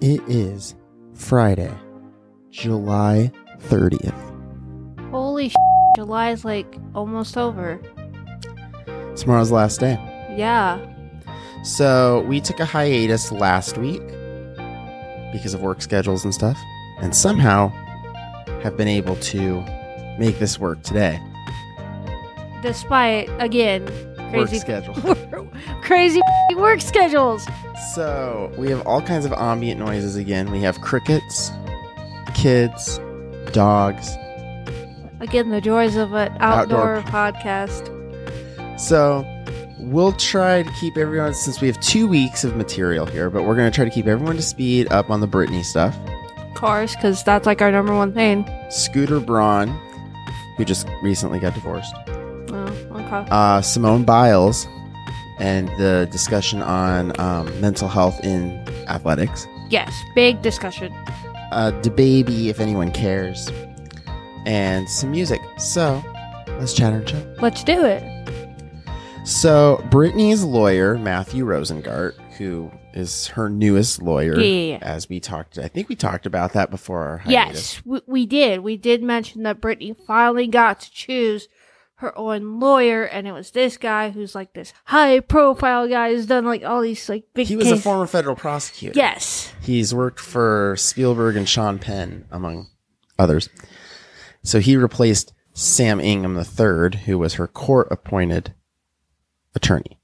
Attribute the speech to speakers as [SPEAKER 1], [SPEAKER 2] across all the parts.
[SPEAKER 1] It is Friday, July 30th.
[SPEAKER 2] Holy sh! July's like almost over.
[SPEAKER 1] Tomorrow's the last day.
[SPEAKER 2] Yeah.
[SPEAKER 1] So we took a hiatus last week because of work schedules and stuff, and somehow have been able to make this work today.
[SPEAKER 2] Despite again crazy
[SPEAKER 1] Work schedule.
[SPEAKER 2] crazy work schedules.
[SPEAKER 1] So we have all kinds of ambient noises again. We have crickets, kids, dogs.
[SPEAKER 2] Again, the joys of an outdoor,
[SPEAKER 1] Outdoor.
[SPEAKER 2] podcast.
[SPEAKER 1] So we'll try to keep everyone since we have two weeks of material here, but we're gonna try to keep everyone to speed up on the Britney stuff.
[SPEAKER 2] Cars, because that's like our number one thing.
[SPEAKER 1] Scooter Braun, who just recently got divorced,
[SPEAKER 2] Oh, okay.
[SPEAKER 1] uh, Simone Biles, and the discussion on um, mental health in athletics.
[SPEAKER 2] Yes, big discussion.
[SPEAKER 1] Uh, DeBaby, if anyone cares, and some music. So let's chat and chill.
[SPEAKER 2] Let's do it.
[SPEAKER 1] So Brittany's lawyer, Matthew Rosengart, who is her newest lawyer,
[SPEAKER 2] Yeah, yeah, yeah.
[SPEAKER 1] as we talked, I think we talked about that before our hiatus.
[SPEAKER 2] Yes, we, we did. We did mention that Brittany finally got to choose her own lawyer, and it was this guy who's like this high profile guy who's done like all these like big.
[SPEAKER 1] He was a
[SPEAKER 2] cases.
[SPEAKER 1] former federal prosecutor.
[SPEAKER 2] Yes.
[SPEAKER 1] He's worked for Spielberg and Sean Penn, among others. So he replaced Sam Ingham III, who was her court appointed attorney.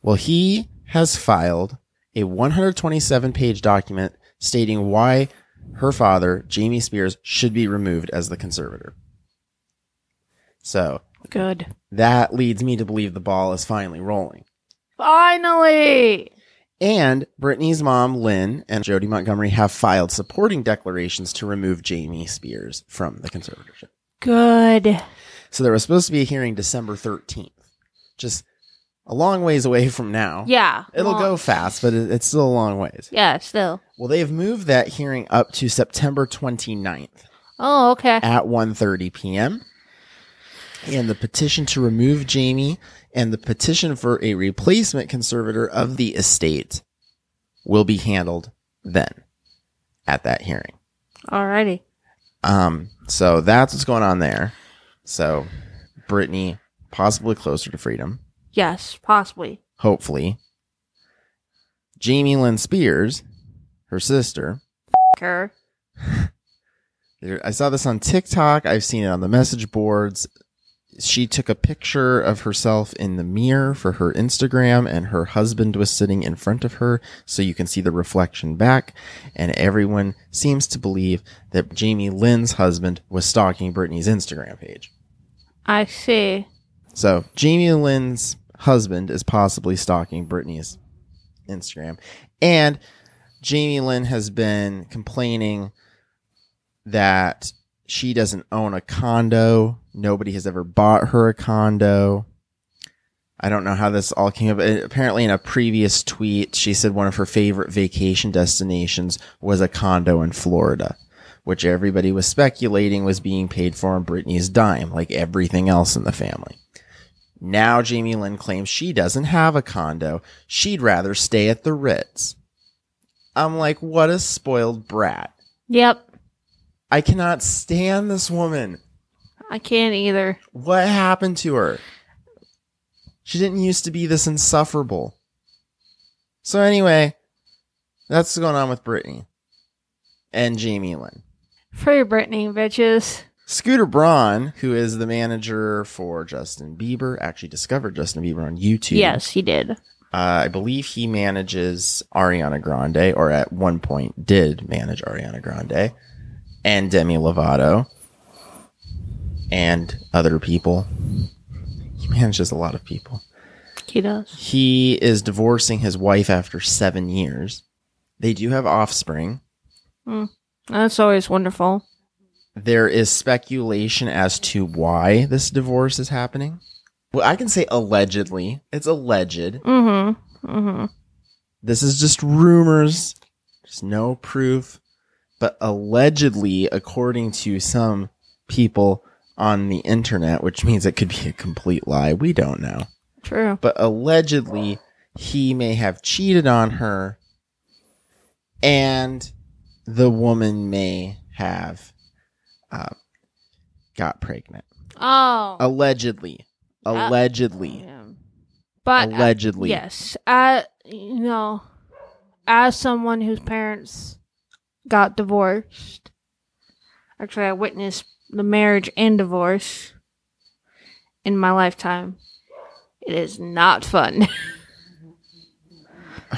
[SPEAKER 1] Well, he has filed a 127 page document stating why her father, Jamie Spears, should be removed as the conservator. So
[SPEAKER 2] Good.
[SPEAKER 1] that leads me to believe the ball is finally rolling.
[SPEAKER 2] Finally.
[SPEAKER 1] And Brittany's mom, Lynn, and Jody Montgomery have filed supporting declarations to remove Jamie Spears from the conservatorship.
[SPEAKER 2] Good.
[SPEAKER 1] So there was supposed to be a hearing December 13th, just a long ways away from now.
[SPEAKER 2] Yeah.
[SPEAKER 1] It'll
[SPEAKER 2] well,
[SPEAKER 1] go fast, but it- it's still a long ways.
[SPEAKER 2] Yeah, still.
[SPEAKER 1] Well, they've moved that hearing up to September 29th
[SPEAKER 2] Oh, okay.
[SPEAKER 1] at 1:30 p.m. And the petition to remove Jamie and the petition for a replacement conservator of the estate will be handled then at that hearing.
[SPEAKER 2] Alrighty.
[SPEAKER 1] Um, so that's what's going on there. So Brittany possibly closer to freedom,
[SPEAKER 2] Yes, possibly.
[SPEAKER 1] hopefully. Jamie Lynn Spears, her sister,
[SPEAKER 2] F- Her.
[SPEAKER 1] There- I saw this on TikTok. I've seen it on the message boards. She took a picture of herself in the mirror for her Instagram, and her husband was sitting in front of her, so you can see the reflection back. And everyone seems to believe that Jamie Lynn's husband was stalking Britney's Instagram page.
[SPEAKER 2] I see.
[SPEAKER 1] So Jamie Lynn's husband is possibly stalking Britney's Instagram. And Jamie Lynn has been complaining that she doesn't own a condo. Nobody has ever bought her a condo. I don't know how this all came up. Uh, Apparently, in a previous tweet, she said one of her favorite vacation destinations was a condo in Florida, which everybody was speculating was being paid for on Britney's dime, like everything else in the family. Now, Jamie Lynn claims she doesn't have a condo. She'd rather stay at the Ritz. I'm like, what a spoiled brat.
[SPEAKER 2] Yep.
[SPEAKER 1] I cannot stand this woman.
[SPEAKER 2] I can't either.
[SPEAKER 1] What happened to her? She didn't used to be this insufferable. So anyway, that's what's going on with Brittany and Jamie Lynn.
[SPEAKER 2] Free Britney, bitches.
[SPEAKER 1] Scooter Braun, who is the manager for Justin Bieber, actually discovered Justin Bieber on YouTube.
[SPEAKER 2] Yes, he did.
[SPEAKER 1] Uh, I believe he manages Ariana Grande, or at one point did manage Ariana Grande and Demi Lovato and other people. He manages a lot of people.
[SPEAKER 2] He does.
[SPEAKER 1] He is divorcing his wife after seven years. They do have offspring.
[SPEAKER 2] That's always wonderful.
[SPEAKER 1] There is speculation as to why this divorce is happening. Well, I can say allegedly. It's alleged.
[SPEAKER 2] Mm-hmm. Mm-hmm.
[SPEAKER 1] This is just rumors. There's no proof. But allegedly, according to some people on the internet, which means it could be a complete lie, we don't know.
[SPEAKER 2] True.
[SPEAKER 1] But allegedly, he may have cheated on her and the woman may have uh, got pregnant
[SPEAKER 2] Oh.
[SPEAKER 1] allegedly allegedly
[SPEAKER 2] Yeah. But uh,
[SPEAKER 1] allegedly
[SPEAKER 2] yes, I you know, as someone whose parents got divorced, actually, I witnessed the marriage and divorce in my lifetime. It is not fun.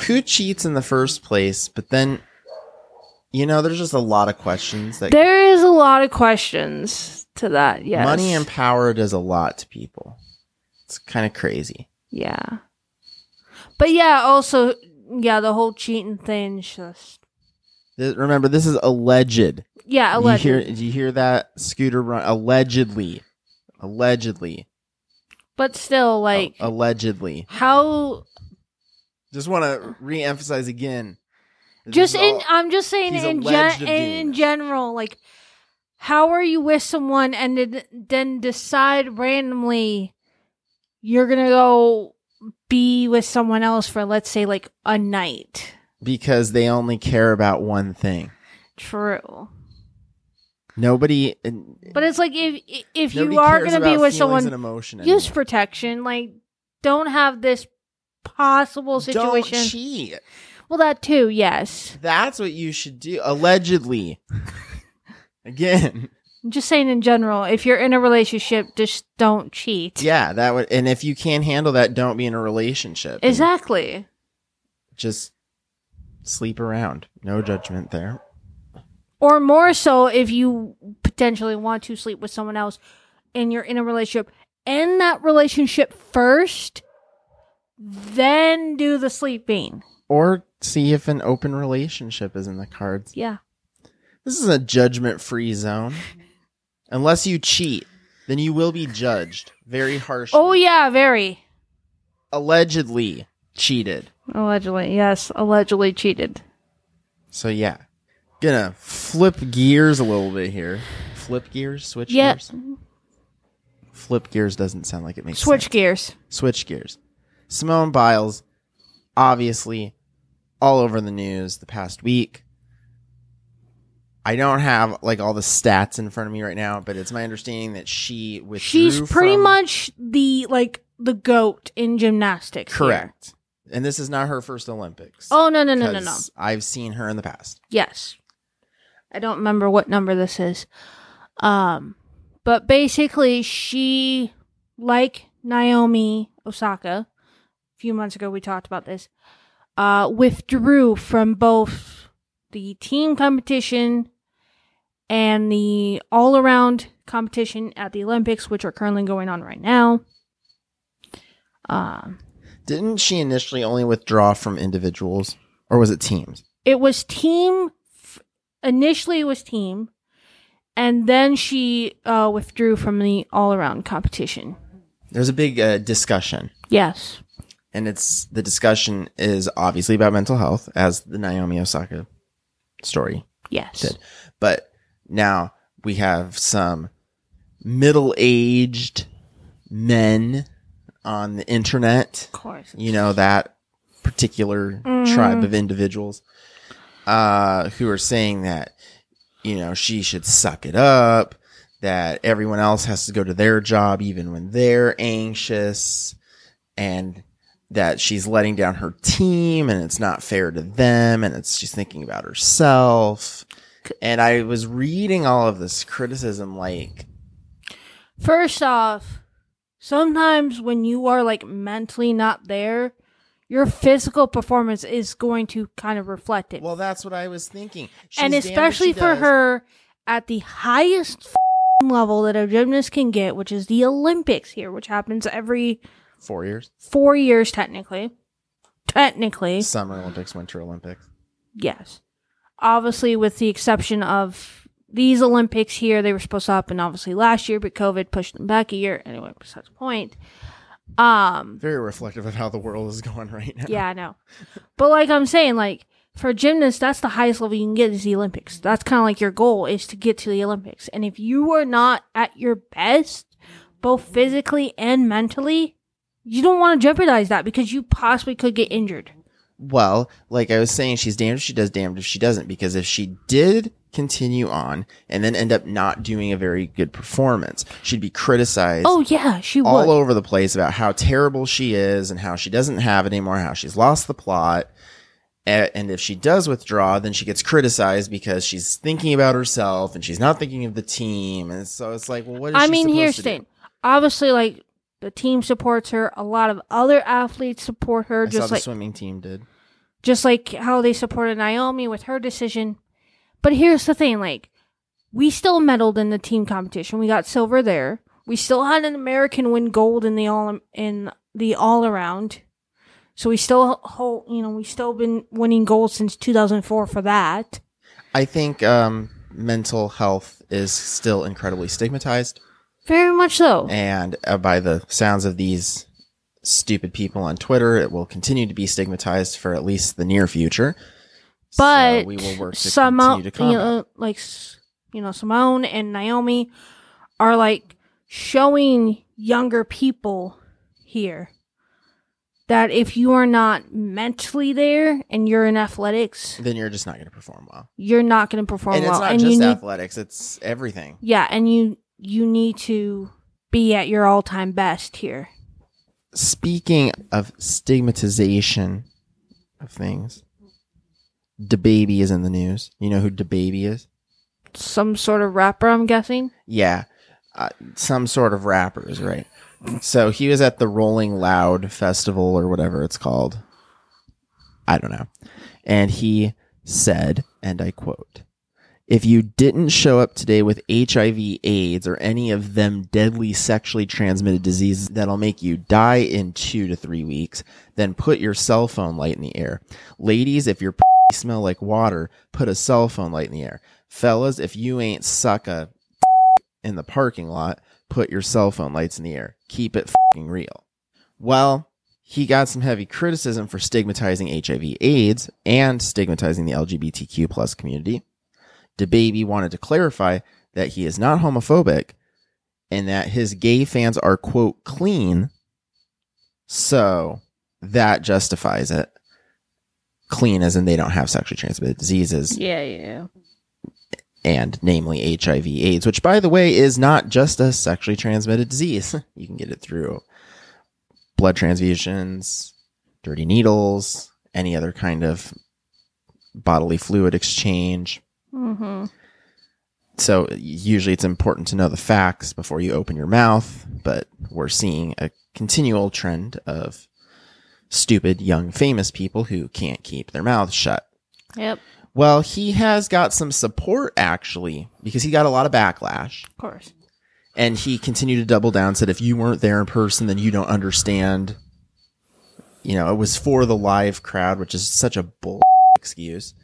[SPEAKER 1] who cheats in the first place but then you know there's just a lot of questions that
[SPEAKER 2] there is a lot of questions to that. Yes,
[SPEAKER 1] money and power does a lot to people it's kind of crazy
[SPEAKER 2] yeah, but yeah, also yeah, the whole cheating thing is just
[SPEAKER 1] Th- remember this is alleged
[SPEAKER 2] yeah,
[SPEAKER 1] Do you
[SPEAKER 2] alleged.
[SPEAKER 1] hear, do you hear that scooter run allegedly allegedly
[SPEAKER 2] but
[SPEAKER 1] Oh,
[SPEAKER 2] still, like
[SPEAKER 1] allegedly
[SPEAKER 2] how
[SPEAKER 1] just want to re-emphasize again This
[SPEAKER 2] just
[SPEAKER 1] is
[SPEAKER 2] in
[SPEAKER 1] all-
[SPEAKER 2] i'm just saying
[SPEAKER 1] he's
[SPEAKER 2] in,
[SPEAKER 1] alleged
[SPEAKER 2] gen-
[SPEAKER 1] of
[SPEAKER 2] in,
[SPEAKER 1] doing
[SPEAKER 2] in
[SPEAKER 1] this.
[SPEAKER 2] general like how are you with someone and then- then decide randomly you're gonna go be with someone else for let's say like a night
[SPEAKER 1] because they only care about one thing
[SPEAKER 2] true
[SPEAKER 1] nobody and-
[SPEAKER 2] but it's like if if
[SPEAKER 1] nobody
[SPEAKER 2] you are
[SPEAKER 1] cares
[SPEAKER 2] gonna be
[SPEAKER 1] about
[SPEAKER 2] with
[SPEAKER 1] feelings and
[SPEAKER 2] someone
[SPEAKER 1] emotion
[SPEAKER 2] use
[SPEAKER 1] anymore.
[SPEAKER 2] protection like don't have this possible
[SPEAKER 1] don't
[SPEAKER 2] situation
[SPEAKER 1] cheat
[SPEAKER 2] well that too yes
[SPEAKER 1] that's what you should do allegedly again
[SPEAKER 2] i'm just saying in general if you're in a relationship just don't cheat
[SPEAKER 1] yeah that would and if you can't handle that don't be in a relationship And
[SPEAKER 2] Exactly.
[SPEAKER 1] just sleep around no judgment there
[SPEAKER 2] Or more so if you potentially want to sleep with someone else and you're in a relationship, end that relationship first, then do the sleeping.
[SPEAKER 1] or see if an open relationship is in the cards
[SPEAKER 2] Yeah.
[SPEAKER 1] This is a judgment free zone. Unless you cheat, then you will be judged very harshly.
[SPEAKER 2] Oh, yeah, very.
[SPEAKER 1] Allegedly cheated.
[SPEAKER 2] Allegedly, yes, allegedly cheated.
[SPEAKER 1] So, yeah. Gonna flip gears a little bit here. Flip gears? Switch
[SPEAKER 2] Yeah.
[SPEAKER 1] gears? Flip gears doesn't sound like it makes
[SPEAKER 2] Switch gears.
[SPEAKER 1] sense. Switch gears. Simone Biles, obviously, all over the news the past week. I don't have like all the stats in front of me right now, but it's my understanding that she withdrew
[SPEAKER 2] She's pretty
[SPEAKER 1] from-
[SPEAKER 2] much the like the goat in gymnastics. here.
[SPEAKER 1] Correct. And this is not her first Olympics.
[SPEAKER 2] Oh no no no no no.
[SPEAKER 1] 'Cause I've seen her in the past.
[SPEAKER 2] Yes. I don't remember what number this is. Um but basically she like Naomi Osaka a few months ago we talked about this uh withdrew from both the team competition and the all-around competition at the Olympics which are currently going on right now. Um
[SPEAKER 1] Didn't she initially only withdraw from individuals or was it teams?
[SPEAKER 2] it was team f- initially it was team and then she uh, withdrew from the all-around competition
[SPEAKER 1] There's a big uh, discussion,
[SPEAKER 2] yes
[SPEAKER 1] and it's the discussion is obviously about mental health, as the Naomi Osaka story
[SPEAKER 2] yes
[SPEAKER 1] Did. But now we have some middle aged men on the internet.
[SPEAKER 2] of course
[SPEAKER 1] you know that particular
[SPEAKER 2] Mhm.
[SPEAKER 1] tribe of individuals uh who are saying that you know she should suck it up that everyone else has to go to their job even when they're anxious and that she's letting down her team and it's not fair to them and it's she's thinking about herself and i was reading all of this criticism like
[SPEAKER 2] first off sometimes when you are like mentally not there your physical performance is going to kind of reflect it
[SPEAKER 1] well that's what i was thinking She's
[SPEAKER 2] and
[SPEAKER 1] damned if she
[SPEAKER 2] especially for
[SPEAKER 1] does.
[SPEAKER 2] her at the highest f***ing level that a gymnast can get which is the olympics here which happens every
[SPEAKER 1] four years
[SPEAKER 2] four years technically. Technically,
[SPEAKER 1] summer olympics winter olympics
[SPEAKER 2] yes. Obviously, with the exception of these Olympics here, they were supposed to happen obviously last year, but COVID pushed them back a year. Anyway, besides the point. Um,
[SPEAKER 1] very reflective of how the world is going right now.
[SPEAKER 2] yeah, I know. But like I'm saying, like for gymnasts, that's the highest level you can get is the Olympics. That's kind of like your goal is to get to the Olympics. And if you are not at your best, both physically and mentally, you don't want to jeopardize that because you possibly could get injured.
[SPEAKER 1] Well, like I was saying, she's damned if she does, damned if she doesn't, because if she did continue on and then end up not doing a very good performance, she'd be criticized
[SPEAKER 2] Oh yeah, she
[SPEAKER 1] all
[SPEAKER 2] would.
[SPEAKER 1] over the place about how terrible she is and how she doesn't have it anymore, how she's lost the plot. A- And if she does withdraw, then she gets criticized because she's thinking about herself and she's not thinking of the team. And so it's like, well, what is
[SPEAKER 2] I
[SPEAKER 1] she
[SPEAKER 2] mean,
[SPEAKER 1] supposed
[SPEAKER 2] here's
[SPEAKER 1] to
[SPEAKER 2] the
[SPEAKER 1] do?
[SPEAKER 2] thing. Obviously, like the team supports her. A lot of other athletes support her,
[SPEAKER 1] I saw
[SPEAKER 2] just
[SPEAKER 1] the
[SPEAKER 2] like
[SPEAKER 1] swimming team did.
[SPEAKER 2] just like how they supported Naomi with her decision. But here's the thing: like we still medaled in the team competition. We got silver there. We still had an American win gold in the all in the all around. So we still hold, you know, we still been winning gold since 2004 for that.
[SPEAKER 1] I think um, mental health is still incredibly stigmatized.
[SPEAKER 2] Very much so.
[SPEAKER 1] And uh, by the sounds of these stupid people on Twitter, it will continue to be stigmatized for at least the near future. So
[SPEAKER 2] but
[SPEAKER 1] we will work to
[SPEAKER 2] somehow,
[SPEAKER 1] continue to
[SPEAKER 2] you
[SPEAKER 1] combat.
[SPEAKER 2] know, like s- you know, Simone and Naomi are like showing younger people here that if you are not mentally there and you're in athletics,
[SPEAKER 1] then you're just not going to perform well.
[SPEAKER 2] you're not going to perform
[SPEAKER 1] and it's
[SPEAKER 2] well,
[SPEAKER 1] not
[SPEAKER 2] and
[SPEAKER 1] just
[SPEAKER 2] you need,
[SPEAKER 1] athletics; it's everything.
[SPEAKER 2] yeah, and you you need to be at your all time best here.
[SPEAKER 1] Speaking of stigmatization of things, the baby is in the news. You know who the baby is?
[SPEAKER 2] Some sort of rapper, I'm guessing.
[SPEAKER 1] Yeah, uh, some sort of rappers, right? So he was at the Rolling Loud festival or whatever it's called. I don't know. And he said, and I quote, if you didn't show up today with HIV, AIDS, or any of them deadly sexually transmitted diseases that'll make you die in two to three weeks, then put your cell phone light in the air. Ladies, if your p- smell like water, put a cell phone light in the air. Fellas, if you ain't suck a in the parking lot, put your cell phone lights in the air. Keep it fing real. Well, he got some heavy criticism for stigmatizing HIV AIDS and stigmatizing the LGBTQ plus community. DeBaby wanted to clarify that he is not homophobic and that his gay fans are quote clean. So that justifies it. Clean as in they don't have sexually transmitted diseases
[SPEAKER 2] Yeah, yeah.
[SPEAKER 1] and namely HIV AIDS, which by the way is not just a sexually transmitted disease. you can get it through blood transfusions, dirty needles, any other kind of bodily fluid exchange.
[SPEAKER 2] Mm-hmm.
[SPEAKER 1] So usually it's important to know the facts before you open your mouth, but we're seeing a continual trend of stupid young famous people who can't keep their mouths shut.
[SPEAKER 2] Yep.
[SPEAKER 1] Well, he has got some support actually because he got a lot of backlash.
[SPEAKER 2] Of course.
[SPEAKER 1] And he continued to double down, said, if you weren't there in person, then you don't understand. You know, it was for the live crowd, which is such a bull excuse.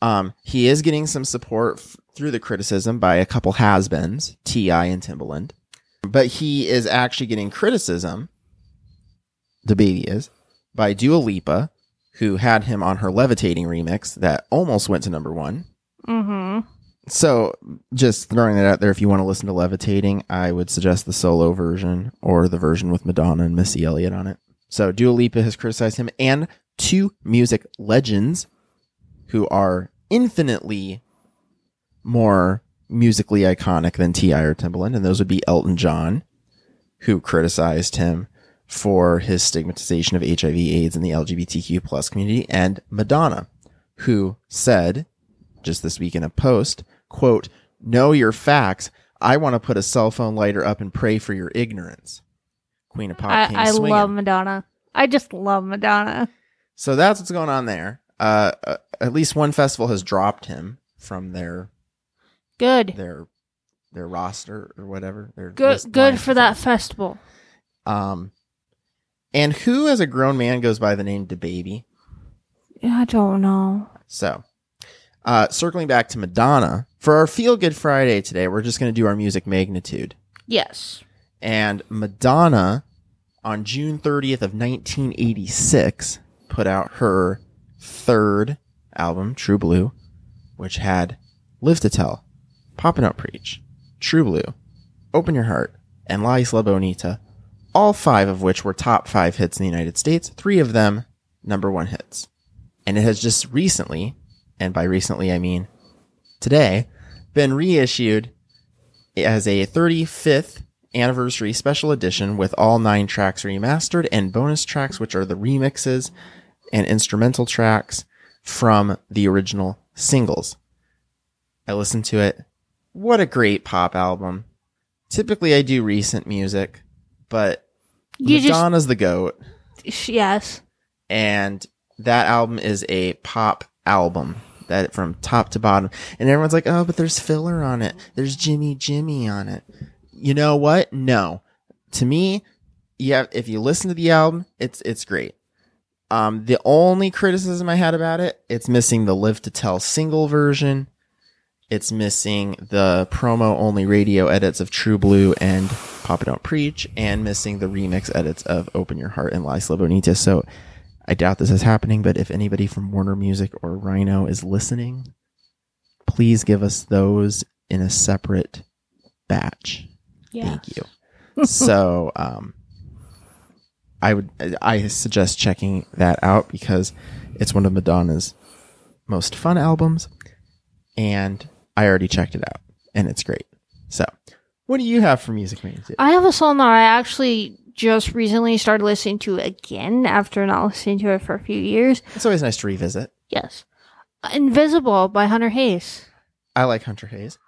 [SPEAKER 1] Um, he is getting some support f- through the criticism by a couple has beens, T.I. and Timbaland. But he is actually getting criticism, the baby is, by Dua Lipa, who had him on her levitating remix that almost went to number one
[SPEAKER 2] Mm-hmm.
[SPEAKER 1] so just throwing that out there if you want to listen to levitating i would suggest the solo version or the version with madonna and missy elliott on it so dua lipa has criticized him and two music legends who are infinitely more musically iconic than ti or timbaland and those would be elton john who criticized him for his stigmatization of hiv aids in the lgbtq plus community and madonna who said just this week in a post, quote, know your facts. I want to put a cell phone lighter up and pray for your ignorance. Queen of Pop King
[SPEAKER 2] I, I
[SPEAKER 1] swinging.
[SPEAKER 2] love Madonna. I just love Madonna.
[SPEAKER 1] So that's what's going on there. Uh, uh, at least one festival has dropped him from their
[SPEAKER 2] Good.
[SPEAKER 1] their their roster or whatever. Their
[SPEAKER 2] Good
[SPEAKER 1] list line.
[SPEAKER 2] good for that festival.
[SPEAKER 1] Um, and who, as a grown man, goes by the name DeBaby?
[SPEAKER 2] I don't know.
[SPEAKER 1] So, uh, circling back to Madonna for our Feel Good Friday today, we're just going to do our music magnitude.
[SPEAKER 2] Yes.
[SPEAKER 1] and Madonna on June 30th of 1986 put out her third album True Blue which had Live to Tell, Poppin' Up Preach, True Blue, Open Your Heart, and La Isla Bonita, all five of which were top 5 hits in the United States, 3 of them number 1 hits. and it has just recently, and by recently I mean today, been reissued as a 35th anniversary special edition with all nine tracks remastered and bonus tracks, which are the remixes and instrumental tracks from the original singles. I listened to it. What a great pop album. Typically, I do recent music, but
[SPEAKER 2] You
[SPEAKER 1] Madonna's the GOAT,
[SPEAKER 2] just yes.
[SPEAKER 1] and that album is a pop album that from top to bottom. And everyone's like, oh, but there's filler on it. There's Jimmy Jimmy on it. You know what? No. To me, yeah, if you listen to the album, it's it's great. Um, the only criticism I had about it, it's missing the Live to Tell single version. It's missing the promo only radio edits of True Blue and Papa Don't Preach, and missing the remix edits of Open Your Heart and Lies Bonita. So I doubt this is happening, but if anybody from Warner Music or Rhino is listening, please give us those in a separate batch.
[SPEAKER 2] Yeah.
[SPEAKER 1] Thank you. so, um, I would I suggest checking that out because it's one of Madonna's most fun albums, and I already checked it out and it's great. So, what do you have for music means?
[SPEAKER 2] I have a song that I actually just recently started listening to again after not listening to it for a few years.
[SPEAKER 1] It's always nice to revisit.
[SPEAKER 2] Yes. Invisible by Hunter Hayes.
[SPEAKER 1] I like Hunter Hayes.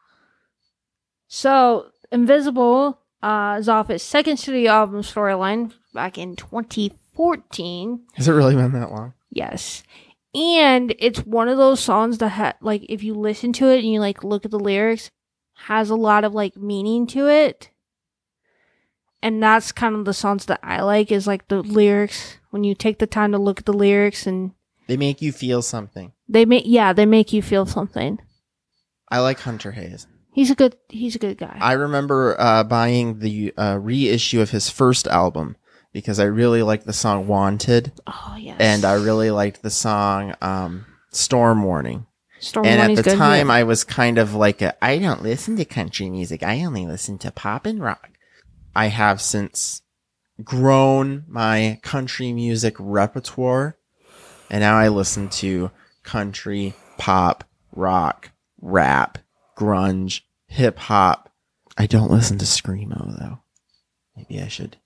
[SPEAKER 2] So, Invisible uh, is off its second studio album, Storyline, back in 2014.
[SPEAKER 1] Has it really been that long?
[SPEAKER 2] Yes. And it's one of those songs that, ha- like, if you listen to it and you, like, look at the lyrics, has a lot of, like, meaning to it. And that's kind of the songs that I like is, like, the lyrics. When you take the time to look at the lyrics and
[SPEAKER 1] They make you feel something.
[SPEAKER 2] they make, yeah, they make you feel something.
[SPEAKER 1] I like Hunter Hayes.
[SPEAKER 2] He's a good, he's a good guy.
[SPEAKER 1] I remember uh, buying the uh, reissue of his first album because I really liked the song "Wanted"
[SPEAKER 2] oh, yes.
[SPEAKER 1] and I really liked the song um, "Storm Warning."
[SPEAKER 2] Storm
[SPEAKER 1] and at
[SPEAKER 2] Money's
[SPEAKER 1] the
[SPEAKER 2] good, yeah.
[SPEAKER 1] time, I was kind of like, a, "I don't listen to country music. I only listen to pop and rock." I have since grown my country music repertoire, and now I listen to country, pop, rock, rap, grunge, hip hop. I don't listen to screamo though. Maybe I should.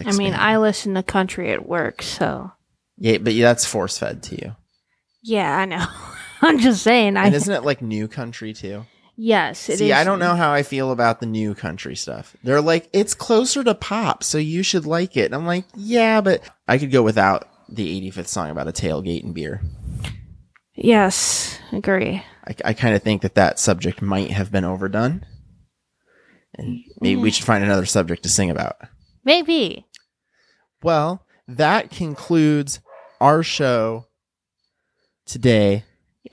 [SPEAKER 2] I mean,
[SPEAKER 1] expand.
[SPEAKER 2] I listen to country at work, so
[SPEAKER 1] yeah, but that's force fed to you.
[SPEAKER 2] yeah, I know. I'm just saying. I
[SPEAKER 1] And isn't it like new country too?
[SPEAKER 2] yes, it is.
[SPEAKER 1] See, I don't know how I feel about the new country stuff. They're like, it's closer to pop, so you should like it. And I'm like, yeah, but I could go without the 85th song about a tailgate and beer.
[SPEAKER 2] Yes, agree.
[SPEAKER 1] I, I kind of think that that subject might have been overdone. And maybe we should find another subject to sing about.
[SPEAKER 2] Maybe.
[SPEAKER 1] Well, that concludes our show today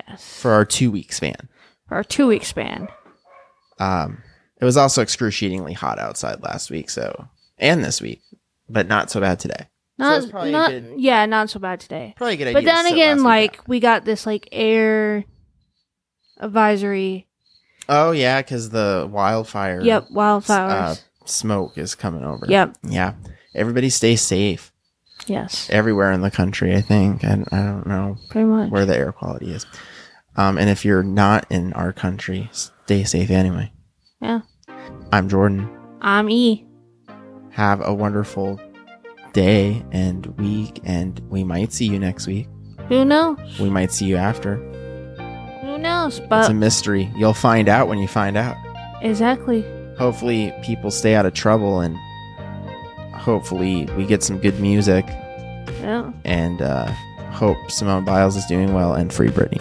[SPEAKER 2] Yes.
[SPEAKER 1] for our two week span.
[SPEAKER 2] For a two week span.
[SPEAKER 1] Um, it was also excruciatingly hot outside last week, so and this week, but not so bad today.
[SPEAKER 2] Not,
[SPEAKER 1] it's probably a
[SPEAKER 2] not,
[SPEAKER 1] good-
[SPEAKER 2] yeah, not so bad today.
[SPEAKER 1] Probably a good idea.
[SPEAKER 2] But
[SPEAKER 1] to
[SPEAKER 2] then
[SPEAKER 1] sit
[SPEAKER 2] again,
[SPEAKER 1] last week
[SPEAKER 2] like, we got this, like, air advisory.
[SPEAKER 1] out. oh yeah, because the wildfire
[SPEAKER 2] Yep,
[SPEAKER 1] uh,
[SPEAKER 2] wildflowers.
[SPEAKER 1] smoke is coming over.
[SPEAKER 2] yep,
[SPEAKER 1] Yeah. Everybody stay safe
[SPEAKER 2] yes,
[SPEAKER 1] everywhere in the country. I think, and I don't know
[SPEAKER 2] pretty much.
[SPEAKER 1] where the air quality is. Um, and if you're not in our country, stay safe anyway.
[SPEAKER 2] Yeah.
[SPEAKER 1] I'm Jordan.
[SPEAKER 2] I'm E.
[SPEAKER 1] Have a wonderful day and week, and we might see you next week.
[SPEAKER 2] Who knows?
[SPEAKER 1] We might see you after.
[SPEAKER 2] Who knows?
[SPEAKER 1] It's
[SPEAKER 2] But
[SPEAKER 1] a mystery. You'll find out when you find out.
[SPEAKER 2] exactly.
[SPEAKER 1] Hopefully, people stay out of trouble and hopefully, we get some good music
[SPEAKER 2] Yeah.
[SPEAKER 1] and uh, hope Simone Biles is doing well and free Britney.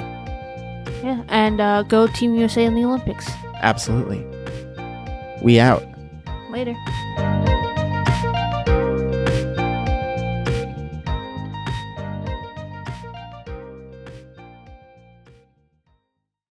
[SPEAKER 2] Yeah. And uh, go Team USA in the Olympics.
[SPEAKER 1] Absolutely. We out.
[SPEAKER 2] Later.